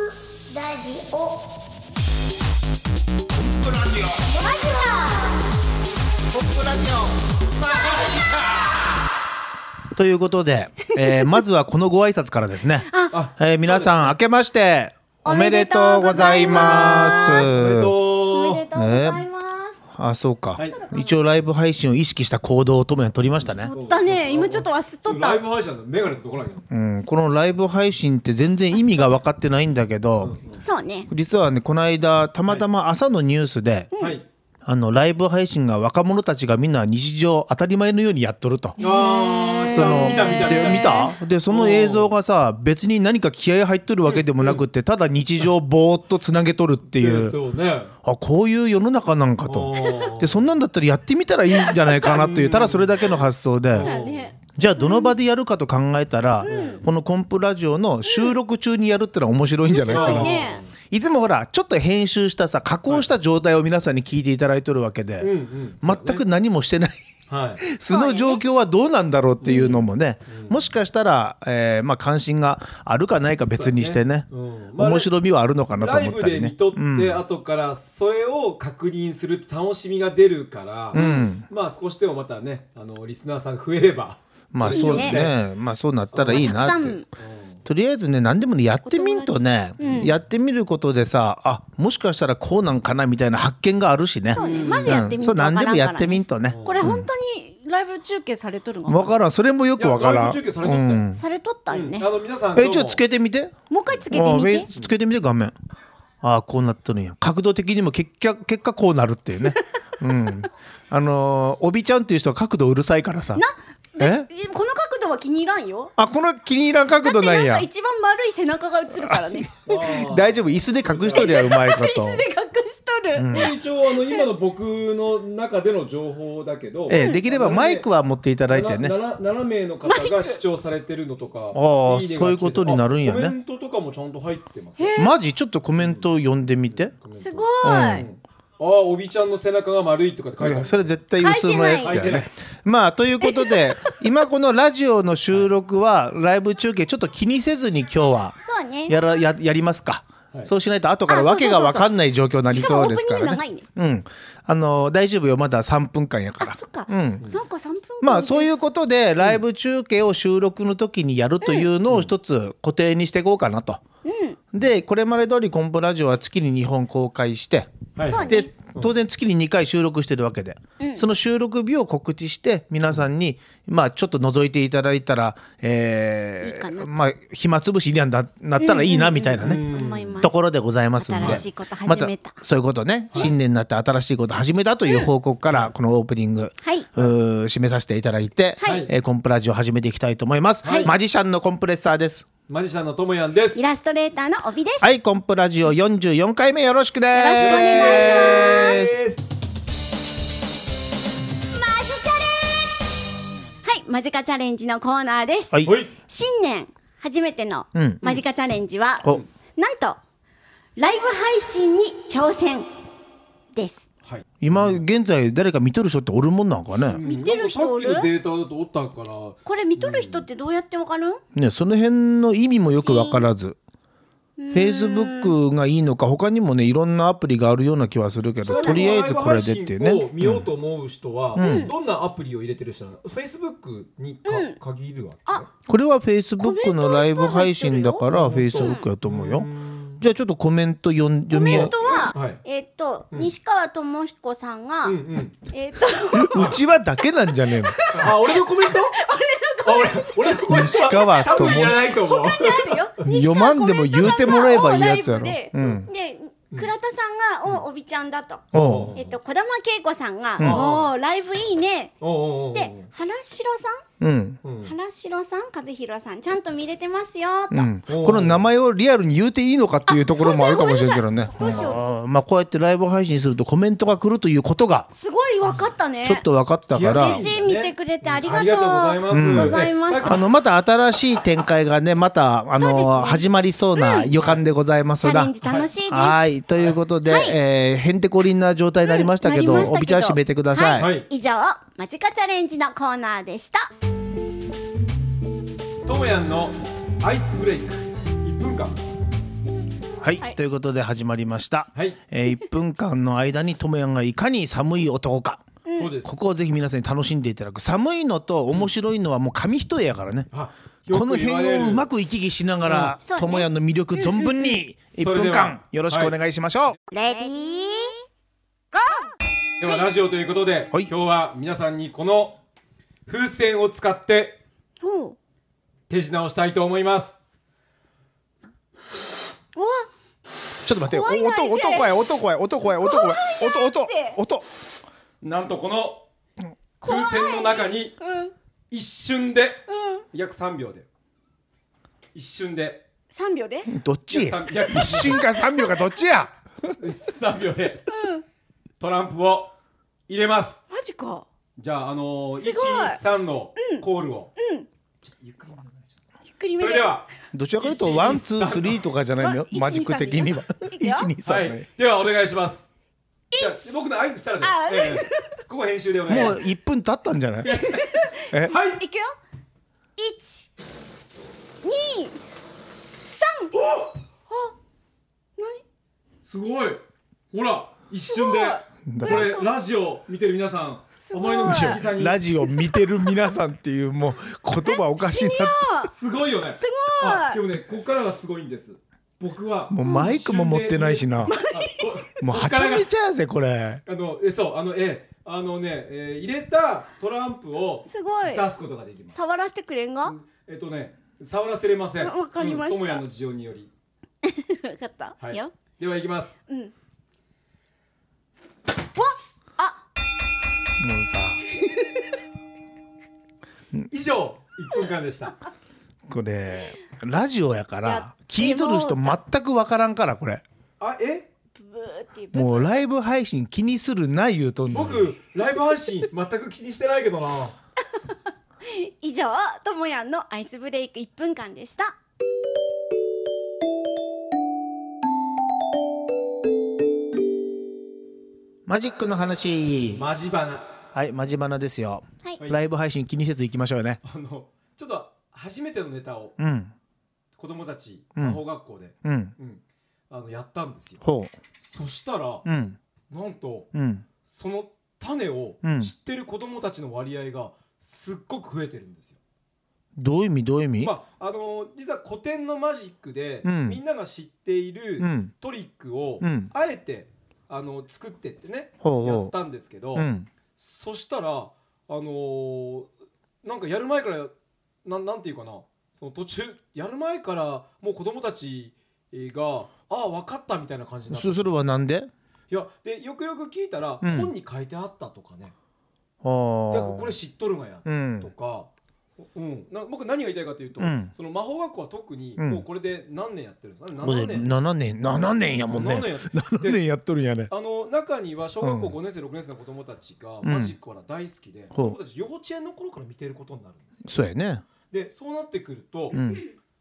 ラジオポップラジオラジポップラジオということで、えーまずはこのご挨拶からですね。えー皆さん、明けまして、おめでとうございます。オおどめでとうございますあ、そうか、はい一応ライブ配信を意識した行動をともに取りましたね。うだね今ちょっと忘っとっラたイブ配信だとメガネとどこなんやうん、このライブ配信って全然意味が分かってないんだけど、そうね実はね、この間、たまたま朝のニュースで、はいあのライブ配信が若者たちがみんな日常当たり前のようにやっとると。あーその見た見た見でた見たでその映像がさ別に何か気合い入っとるわけでもなくてただ日常をぼーっとつなげとるっていえーうそうねあこういう世の中なんかとおーでそんなんだったらやってみたらいいんじゃないかなというただそれだけの発想でねじゃあどの場でやるかと考えたらこのコンプラジオの収録中にやるってのは面白いんじゃないかうんな。ねいつもほらちょっと編集したさ加工した状態を皆さんに聞いていただいとるわけで。うんうん全く何もしてないはい素の状況はどうなんだろうっていうのもね、もしかしたら、えーまあ、関心があるかないか別にしてねそうだねうんまあ面白みはあるのかなとライ思っブたりでね見。とっうんて後からそれを確認するって楽しみが出るから、んまあ少しでもまたねあのリスナーさんが増えればまあそういねいねまあそうなったらいいたくなさっんて。とりあえずね何でもねやってみんとね、やってみることでさあもしかしたらこうなんかなみたいな発見があるしね。そうねまずやってうみんるそう何でもやってみんとね。これ本当にライブ中継されとるのわからんそれもよくわかいやらん。ライブ中継されとったようんされとったうんんねあの皆さんどうえもちょっとつけてみて。もう一回つけてみあてフェイスつけてみて画面ああこうなっとるんや角度的にも結果結果こうなるっていうねうんあのー、おびちゃんっていう人は角度うるさいからさええこの角度は気に入らんよあこの気に入らん角だ度ってなんなんやか一番丸い背中が映るか らねあー大丈夫椅子で隠しとりゃうまいことで隠しとる、一応あの今の僕の中での情報だけど、ええできればマイクは持っていただいてね 7, 名の方が視聴されてるのとかああねが来ててそういうことになるんやねあコメントとかもちゃんと入ってますよマジちょっとコメントを読んでみてコメントすごい、ああおびちゃんの背中が丸いとかって書いいてあやるそれ絶対薄のやつ書いやてないね。まあということで今このラジオの収録はライブ中継ちょっと気にせずに今日はそうねやらややりますか、はいそうしないと後からあそうわそうそけうが分かんない状況になりそうですからしかもオープニねング。うん、あの大丈夫よまだ3分間やからあそっか、うん、なんか3分まあそうういうことでライブ中継を収録の時にやるというのを一つ固定にしていこうかなと。でこれまで通りコンポラジオは月に2本公開してはいそうねで当然月に2回収録してるわけで、その収録日を告知して皆さんに、まあ、ちょっと覗いていただいたら、えーいいかなとまあ、暇つぶしにはななったらいいなみたいなね。思いますところでございますので新しいこと始めたまそういうことね新年になって新しいこと始めたという報告からこのオープニング、はいえー締めさせていただいて、はいえーコンプラジオを始めていきたいと思います、はいマジシャンのコンプレッサーですマジシャンのともやんですイラストレーターの帯です、はいコンプラジオ44回目よろしくですよろしくお願いしますマジチャレンはいマジカチャレンジのコーナーです、はい、はい新年初めてのうんマジカチャレンジは、おなんとライブ配信に挑戦ですはい今現在誰か見とる人っておるもんなんかね見てる人おるなんかさっきのデータだとおったからこれ見とる人ってどうやってわかるんねその辺の意味もよく分からず Facebook がいいのか他にもねいろんなアプリがあるような気はするけどとりあえずこれでっていうライブ配ね信を見ようと思う人は、どんなアプリを入れてる人なの ?Facebook にか、限るわけあこれは Facebook のライブ配信だからメントいっ Facebook やと思うよんじゃあちょっとコメント読ん読コみメよントは、はいえーっと、西川智彦さんが、うんうんえーっと ううちはだけなんじゃねえのあ、俺のコメント俺のコメント俺のコメント西川多とも分いらないと思う。あるよ 読まんでも言うてもらえばいいやつやろ西川智彦さんうんがをライブで、で倉田さんがおおびちゃんだと、おうえっと、児玉恵子さんが「んおーライブいいねおうおうおう」で原城さうんうんんん原城さん和弘さんちゃんと見れてますよと、うん、おうこの名前をリアルに言うていいのかっていうところもあるかもしれんけどねあ。そうだごめんなさいどうしあーまあこうやってライブ配信するとコメントが来るということがすごい分かったねちょっと分かったかいやら嬉しい見てくれてありがとう,、ありがとうございますございますあのまた新しい展開がねまたあそうですのね始まりそうな予感でございまチすャレがン。ジ楽しいです、はいということで、えーへんてこりんな状態になりましたけど、なりましたおびちゃん閉めてください、はい以上マジカチャレンジのコーナーでしたともやんのアイスブレイク。1分間。はい、はいということで始まりました、はいえー、1分間の間にともやんがいかに寒い男かそうですここをぜひ皆さんに楽しんでいただく寒いのと面白いのはもう紙一重やからね、あよこのく言わ辺れるをうまく行き来しながらそうねともやんの魅力存分に1それで分は間よろしくお願いしましょう、レディーではラジオということで、はい今日は皆さんにこの風船を使っておう手品をしたいと思いますちおょっと待ってお怖いな音音怖い音怖い音怖い音怖い音音音なんとこの風船の中に一瞬で約3秒で一瞬で3秒でどっち約3一瞬か3秒かどっちや3秒でトランプを入れますマジかじゃああのすごいー、123のコールを、ゆっくりめそでれではどちらかというとワンツースリーとかじゃないのよわマジック的にはは123いね、ではお願いします。じゃあ僕の合図したらであ、ええここ編集でお願いしもまう1分経ったんじゃないす。はい、いくよ一、二、三。すごい。ほら、一瞬で。こだれラジオ見てる皆さん、お前の右膝に。ラジオ見てる皆さんっていうもう言葉おかしい なすごいよね。すごいでもね、ここからがすごいんです。僕は。もうマイクも持ってないしな一瞬で。あ こもうこはっちからゃがめちゃやぜこれあの、え、そう、あの、ええ、あのね、えー入れたトランプをすごい出すことができます。触らせてくれんがわえっとね、触らせれません。わかりましたうん智也の事情により。かった、、はいいよ。では行きます。もうさ以上1分間でした。これラジオやかいらや聞いとる人全くわからんからこれあえブーっていうブーもうライブ配信気にするな言うとんのに僕ライブ配信全く気にしてないけどな。以上ともやんのアイスブレイク一分間でしたマジックの話マジバナ。はいマジバナですよはい、はいライブ配信気にせず行きましょうねあのちょっと初めてのネタをうん子供たちうん魔法学校で、うんうんあのやったんですよ。ほそしたらううんなんとうんその種をうん知ってる子供たちの割合がすっごく増えてるんですよ。どういう意味どういう意味、まああの実は古典のマジックで、うんみんなが知っているうんトリックを、うんあえてあの作ってってねほうやほったんですけど。ううんそしたらあのーなんかやる前からなんなんていうかなその途中やる前からもう子供たちがああ分かったみたいな感じになったそそれはなんでいやでよくよく聞いたら、うん本に書いてあったとかねほでうこれ知っとるがやうとんか、うんな僕何が言いたいかというと、うんその魔法学校は特にうんもうこれで何年やってるんですか、ね、これ7年7年7年やもんね7年やって7年やっとるんやねあの中には小学校うん5年生6年生の子供たちがんマジックは大好きで、そほうの子たち幼稚園の頃から見てることになるんですよそうやねでそうなってくると、うん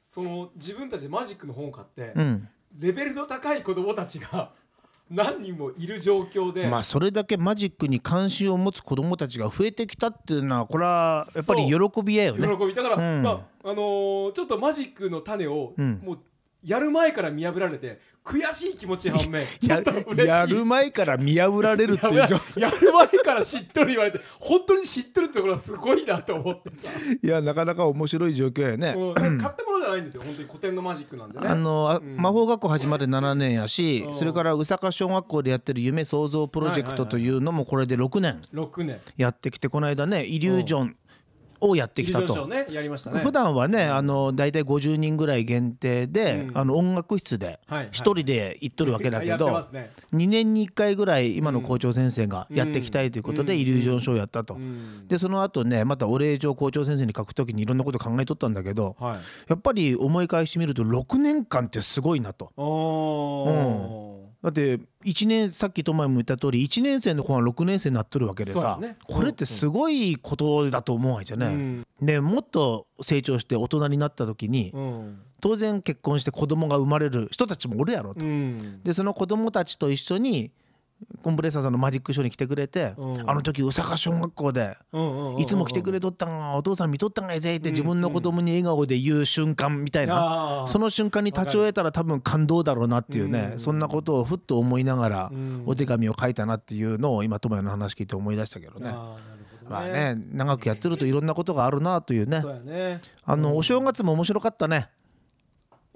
その自分たちでマジックの本を買って、うんレベルの高い子供たちが 何人もいる状況で、まあそれだけマジックに関心を持つ子どもたちが増えてきたっていうのはこれはやっぱり喜びやよね。喜びだから、うんまああのーちょっとマジックの種を、うんもうやる前から見破られて悔しい気持ち反面ちょ やっと嬉しいやる前から見破られるってやいうる状やる前から知っとる言われて本当に知ってるってところはすごいなと思ってさいやなかなか面白い状況やね。もう買ったものじゃないんですよ本当に古典のマジックなんでねあのあん魔法学校始まる7年やしうんそれから宇坂小学校でやってる夢創造プロジェクトというのもこれで6年6年やってきてこの間ねイリュージョンをやってきた友情賞と。ねやりましたね普段はねあの大体50人ぐらい限定で、うんあの音楽室ではいはい1人で行っとるわけだけやってど、ますね2年に1回ぐらい今の校長先生がやっていきたいということでうんイリュージョンショーをやったと、うんでその後ねまたお礼状校長先生に書くときにいろんなこと考えとったんだけどはいやっぱり思い返してみると6年間ってすごいなと。おだって1年さっきともやも言った通り1年生の子が6年生になっとるわけでそうださ、ねこれってすごいことだと思うわけじゃーね、でもっと成長して大人になった時にうん当然結婚して子供が生まれる人たちもおるやろと。うんでその子供たちと一緒にコンプレッサーさんのマジックショーに来てくれて、うんあの時宇佐川小学校で。いつも来てくれとったんがお父さん見とったんがいぜって自分の子供に笑顔で言う瞬間みたいあなーその瞬間に立ち終えたら多分感動だろうなっていううねんそんなことをふっと思いながらうんお手紙を書いたなっていうのを今友也の話聞いて思い出したけどねああなるほどね,、まあね長くやってるといろんなことがあるなというねそうやねあのお正月も面白かったね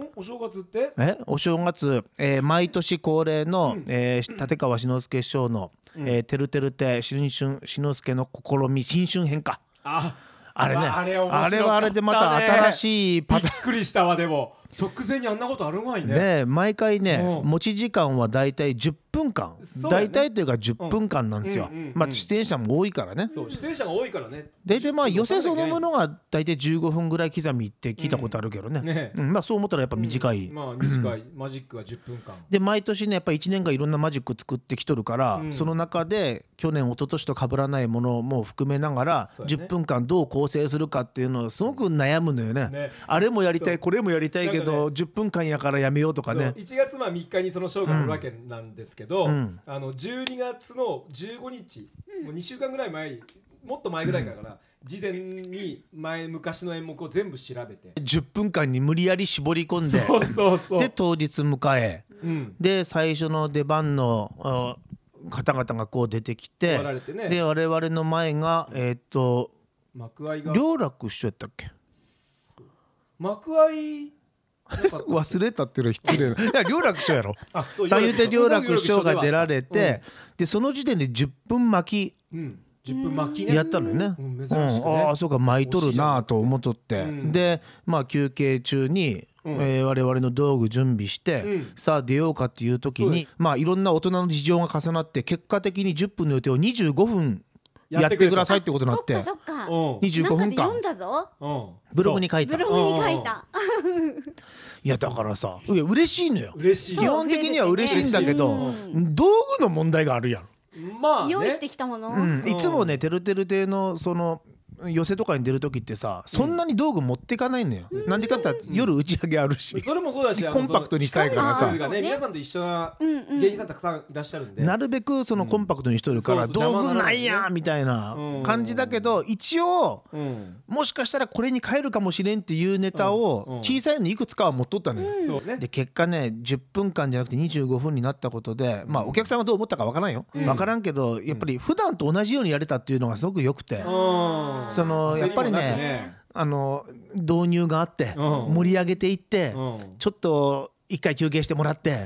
んお正月ってえお正月、えー毎年恒例の、えー立川志の輔師匠の「えーてるてるて新春志の輔の試み新春編」か。ああれね、あれ面白かったねあれはあれでまた新しいびパっターくりしたわでも直前にあんなことあるまいンねね毎回ねうん持ち時間はだいたい10分間そうだね大体というか10分間なんですようんうんうんまあ出演者も多いからねそう出演者が多いからね大体まあ寄せそのもののが大体15分ぐらい刻みって聞いたことあるけどね,、うんねうんまあそう思ったらやっぱ短い、まあ短いマジックは10分間で毎年ねやっぱ1年間いろんなマジック作ってきとるから、うんその中で去年一昨年と被らないものも含めながら、そうやね10分間どう構成するかっていうのをすごく悩むのよねねあれもやりたそういこれもやりたいけなんど、10分間やからやめようとかねそう1月まあ3日にそのショーがあるわけなんですけど、うんあの12月の15日、もう2週間ぐらい前もっと前ぐらいからかな、事前に前昔の演目を全部調べて10分間に無理やり絞り込んでそうそうそうで当日迎えうん、で最初の出番のあ方々がこう出てきて割られてねで我々の前がえーっと幕合いが両楽師匠やったっけ幕合いなんか 忘れたっていうのは失礼な いや両楽師匠やろあそう三遊亭両楽師匠が出られ両楽師匠でてでその時点で10分巻うん、10分巻ききねやったのよね、うん珍しくねうんああそうか巻いとるなと思っとって、うんでまあ休憩中に、うんえー我々の道具準備して、うんさあ出ようかっていう時そうでにまあいろんな大人の事情が重なって結果的に10分の予定を25分ややっっててくれたくださいってことになそっってかそっか。うん25中分で読ん間だぞ。うん、ブログにそ書いブたログに書いた。いやだからさいや嬉しいのよう嬉しい基本的には嬉しいんだけどそう道具の問題があるやんまあ、ね、用意してきたもの。うん、うんいつもね「てるてる亭」のその寄せとかに出る時ってさそんなに道具持ってかないのよ。な、んでかって言ったら夜打ち上げあるし、それもそうだしあのコンパクトにしたいからさその。があーそねうね皆さんと一緒なうんうん芸人さんたくさんいらっしゃるんで、なるべくそのコンパクトにしとるから、そうそう邪道魔具ならなないいやんみたいなうん感じだけど一応うん、もしかしたらこれに変えるかもしれんっていうネタうんうんを小さいのいくつかは持っとったのよ。そうねで結果ね10分間じゃなくて25分になったことで、まあ、お客さんがどう思ったかわからんよ、わんからんけどやっぱり普段と同じようにやれたっていうのがすごく良くて、うんそのやっぱりね焦りもなくねあの導入があってうん盛り上げていってうんちょっと一回休憩してもらって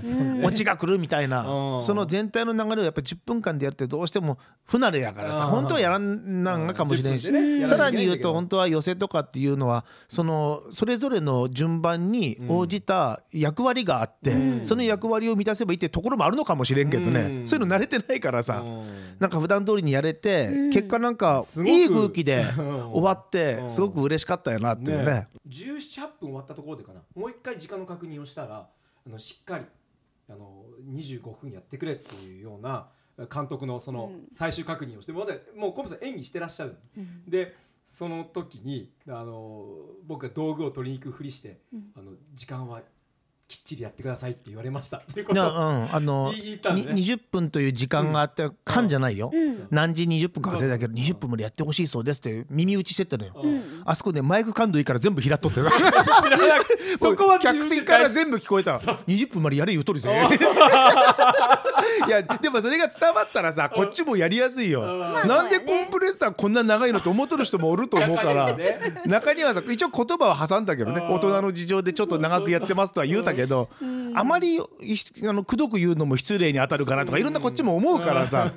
オチが来るみたいなうんその全体の流れをやっぱり10分間でやってどうしても不慣れやからさうん本当はやらんなんがかもしれんしうん10分でねやさららなきにゃいけないんだけど言うと本当は寄せとかっていうのはそのそれぞれの順番に応じた役割があってその役割を満たせばいいってところもあるのかもしれんけどうねんそういうの慣れてないからさ。うんなんか普段通りにやれて、結果なんかごくいい空気でうん 終わって、うんすごく嬉しかったよなっていうねね17八分終わったところでかなもう一回時間の確認をしたらあのしっかりあの25分やってくれっていうような監督のその最終確認をして、まだもうコブさん演技してらっしゃる、でその時にあの僕が道具を取りに行くふりして、あの時間はきっちりやってくださいって言われましたっていうこいとやをうんあの、言いたんだねに20分という時間があって、かんじゃないよ、ん何時20分か忘れたけど20分までやってほしいそうですって耳打ちしてたのよ、うんあそこでマイク感度いいから全部開っとって な知らなくそこは自分客で席から全部聞こえた20分までやれ言うとるぜ いやでもそれが伝わったらさこっちもやりやすいよんなんでコンプレッサーこんな長いのと思っとる人もおると思うから中にはね中にはさ一応言葉は挟んだけどねあー大人の事情でちょっと長くやってますとは言うたけどあまりいしあのくどく言うのも失礼に当たるかなとかいろんなこっちも思うからさ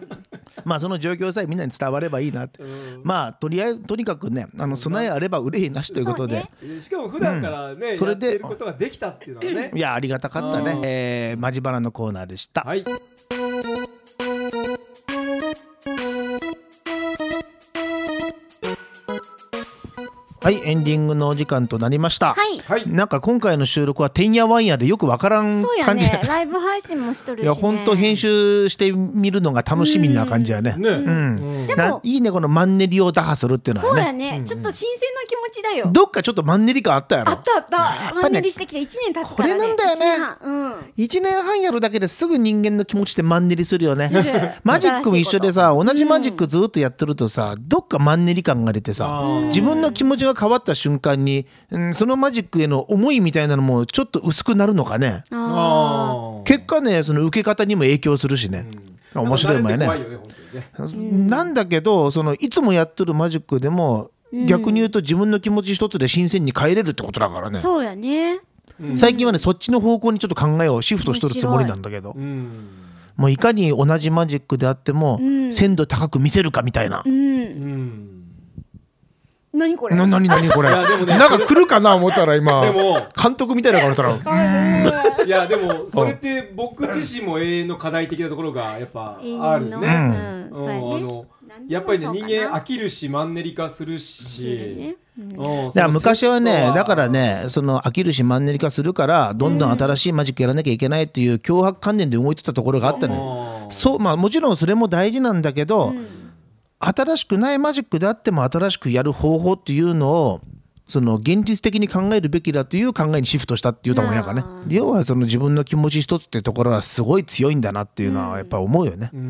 まあその状況さえみんなに伝わればいいなってうんまあとりあえずとにかくねあの備えあれば憂いなしということそうでね。えーしかも普段からね、うんそれでやってることができたっていうのはねい。やありがたかったうねん。えーマジバラのコーナーでした。はい。はい、エンディングのお時間となりました。はい。はい。なんか今回の収録はてんやわんやでよくわからんそうや感じ。ね。ライブ配信もしとるいしやね。本当編集してみるのが楽しみな感じやね。ね。うんうんでもないいねこのマンネリを打破するっていうのそうはやね。ね。ちょっと新鮮な気持持ちだよどっかちょっとマンネリ感あったやあろったあったやっぱねマンネリしてきて1年経ったから、ね、これなんだよね一年半うん1年半やるだけですぐ人間の気持ちってマンネリするよね マジックも一緒でさ同じマジックずっとやってるとさ、どっかマンネリ感が出てさあー自分の気持ちが変わった瞬間に、うん、そのマジックへの思いみたいなのもちょっと薄くなるのかねあーあー結果ねその受け方にも影響するしね、うん面白いもんやねなんか慣れて怖いよね本当にねなんだけどそのいつもやってるマジックでも、逆に言うと自分の気持ち一つで新鮮に変えれるってことだからねそうやね最近はねそっちの方向にちょっと考えをシフトしとるつもりなんだけどうんもういかに同じマジックであっても、ん鮮度高く見せるかみたいなう。うんん何これななになにこれ、いやでもねなんか来るかな思ったら今でも監督みたいな顔したらいやでもそれって僕自身も永遠の課題的なところがやっぱ永遠あるのようね。んうそうんやあね何のでもそうかなやっぱりね人間飽きるしマンネリ化するし。うんうんいや昔はねだから。そのねその飽きるしマンネリ化するからどんどん新しいマジックやらなきゃいけないっていう脅迫観念で動いてたところがあったのよ。あーそうまあ、もちろんそれも大事なんだけど、新しくないマジックであっても新しくやる方法っていうのをその現実的に考えるべきだという考えにシフトしたっていうともんやからねあ要はその自分の気持ち一つってところはすごい強いんだなっていうのはやっぱ思うよね、う。うん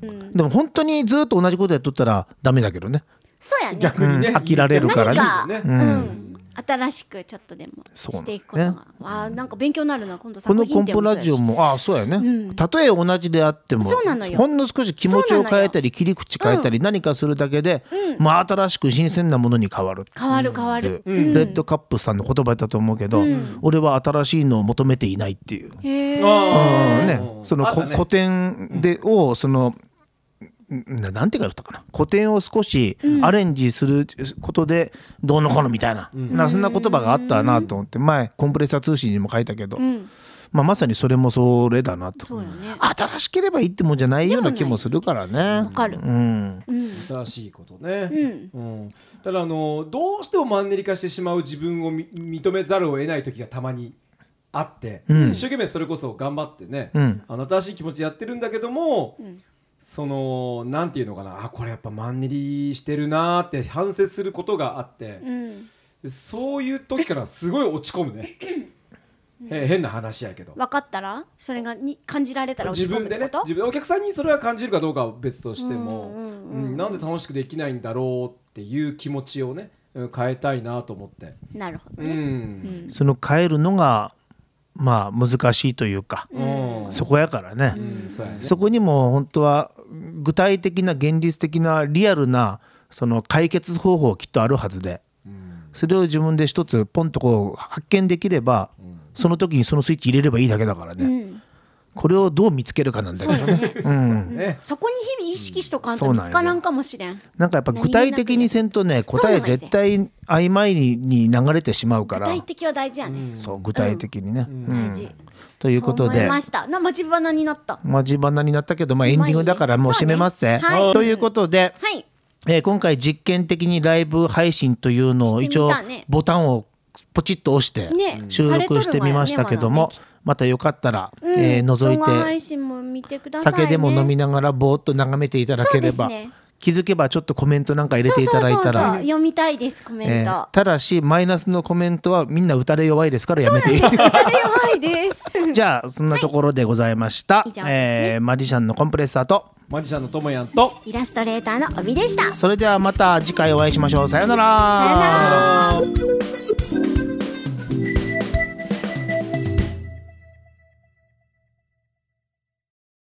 んでも本当にずっと同じことやっとったらダメだけどねそうやね逆にねうん飽きられるからねねうん新しくちょっとでもそうなしんだねていくことがわあなんか勉強になるな今度こ作のコ品ン展ポもそうラやジしオもああそうやねたとえ同じであってもそうなのよほんの少し気持ちを変えたり切り口変えたり何かするだけでまあ新しく新鮮なものに変わる変わる変わるレッドカップさんの言葉だと思うけど、俺は新しいのを求めていないっていう、へえあうんーね、そのあっこ、たね古典でをその、んななんて言うかったかな古典を少しアレンジすることでどうのこうのみたいな,、なんかそんな言葉があったなと思って前コンプレッサー通信にも書いたけど、んまあ、まさにそれもそれだなとそうやね新しければいいってもんじゃないような気もするからね。わかるうん新しいことね。うん。ただあのどうしてもマンネリ化してしまう自分をみ認めざるを得ない時がたまにあって、一生懸命それこそ頑張ってね。うんあの新しい気持ちでやってるんだけども、そのなんていうのかなあこれやっぱマンネリしてるなーって反省することがあって、うんそういう時からすごい落ち込むねへ変な話やけど分かったらそれがに感じられたら落自ち込むっ分でてねこと自分お客さんにそれは感じるかどうかは別としても、うんうんううんなんで楽しくできないんだろうっていう気持ちをねうん変えたいなと思って。なるほどうんねその変えるのがまあ難しいというか、うんそこやからね、うんそうやねそこにも本当は具体的な現実的なリアルなその解決方法きっとあるはずでうんそれを自分で一つポンとこう発見できればその時にそのスイッチ入れればいいだけだからね、うんこれをどう見つけるかなんだけどねうん、ねそこに日々意識しとかんそうなとん見よつからんかもしれんなんかやっぱ具体的にせんとね答え絶対曖昧にに流れてしまうか具ら体的は大事やねそう具体的にね、うん大事ということそう思でいましたな待ち花になったまじばなになったけど、まあ、エンディングだからもう締めますぜ、そうねはいということで、はいえー今回実験的にライブ配信というのをしてみ一応たねボタンをポチッと押してねうん収録してみましたけども、されとるわよねまだねきっまたよかったら、うんえー覗動画い配て信も見てくださいね酒でも飲みながらぼーっと眺めていただければ、そうですね気づけばちょっとコメントなんか入れていただいたそうそうそうらそう。読みたいですコメえント、ーただしマイナスのコメントはみんな打たれ弱いですからやめ ていいあれ弱いです じゃあそんなところでございました、以上ですねえーマジシャンのコンプレッサーとマジシャンのともやんと イラストレーターの帯でしたさよそれではまた次回お会いしましょう。さようなら。なら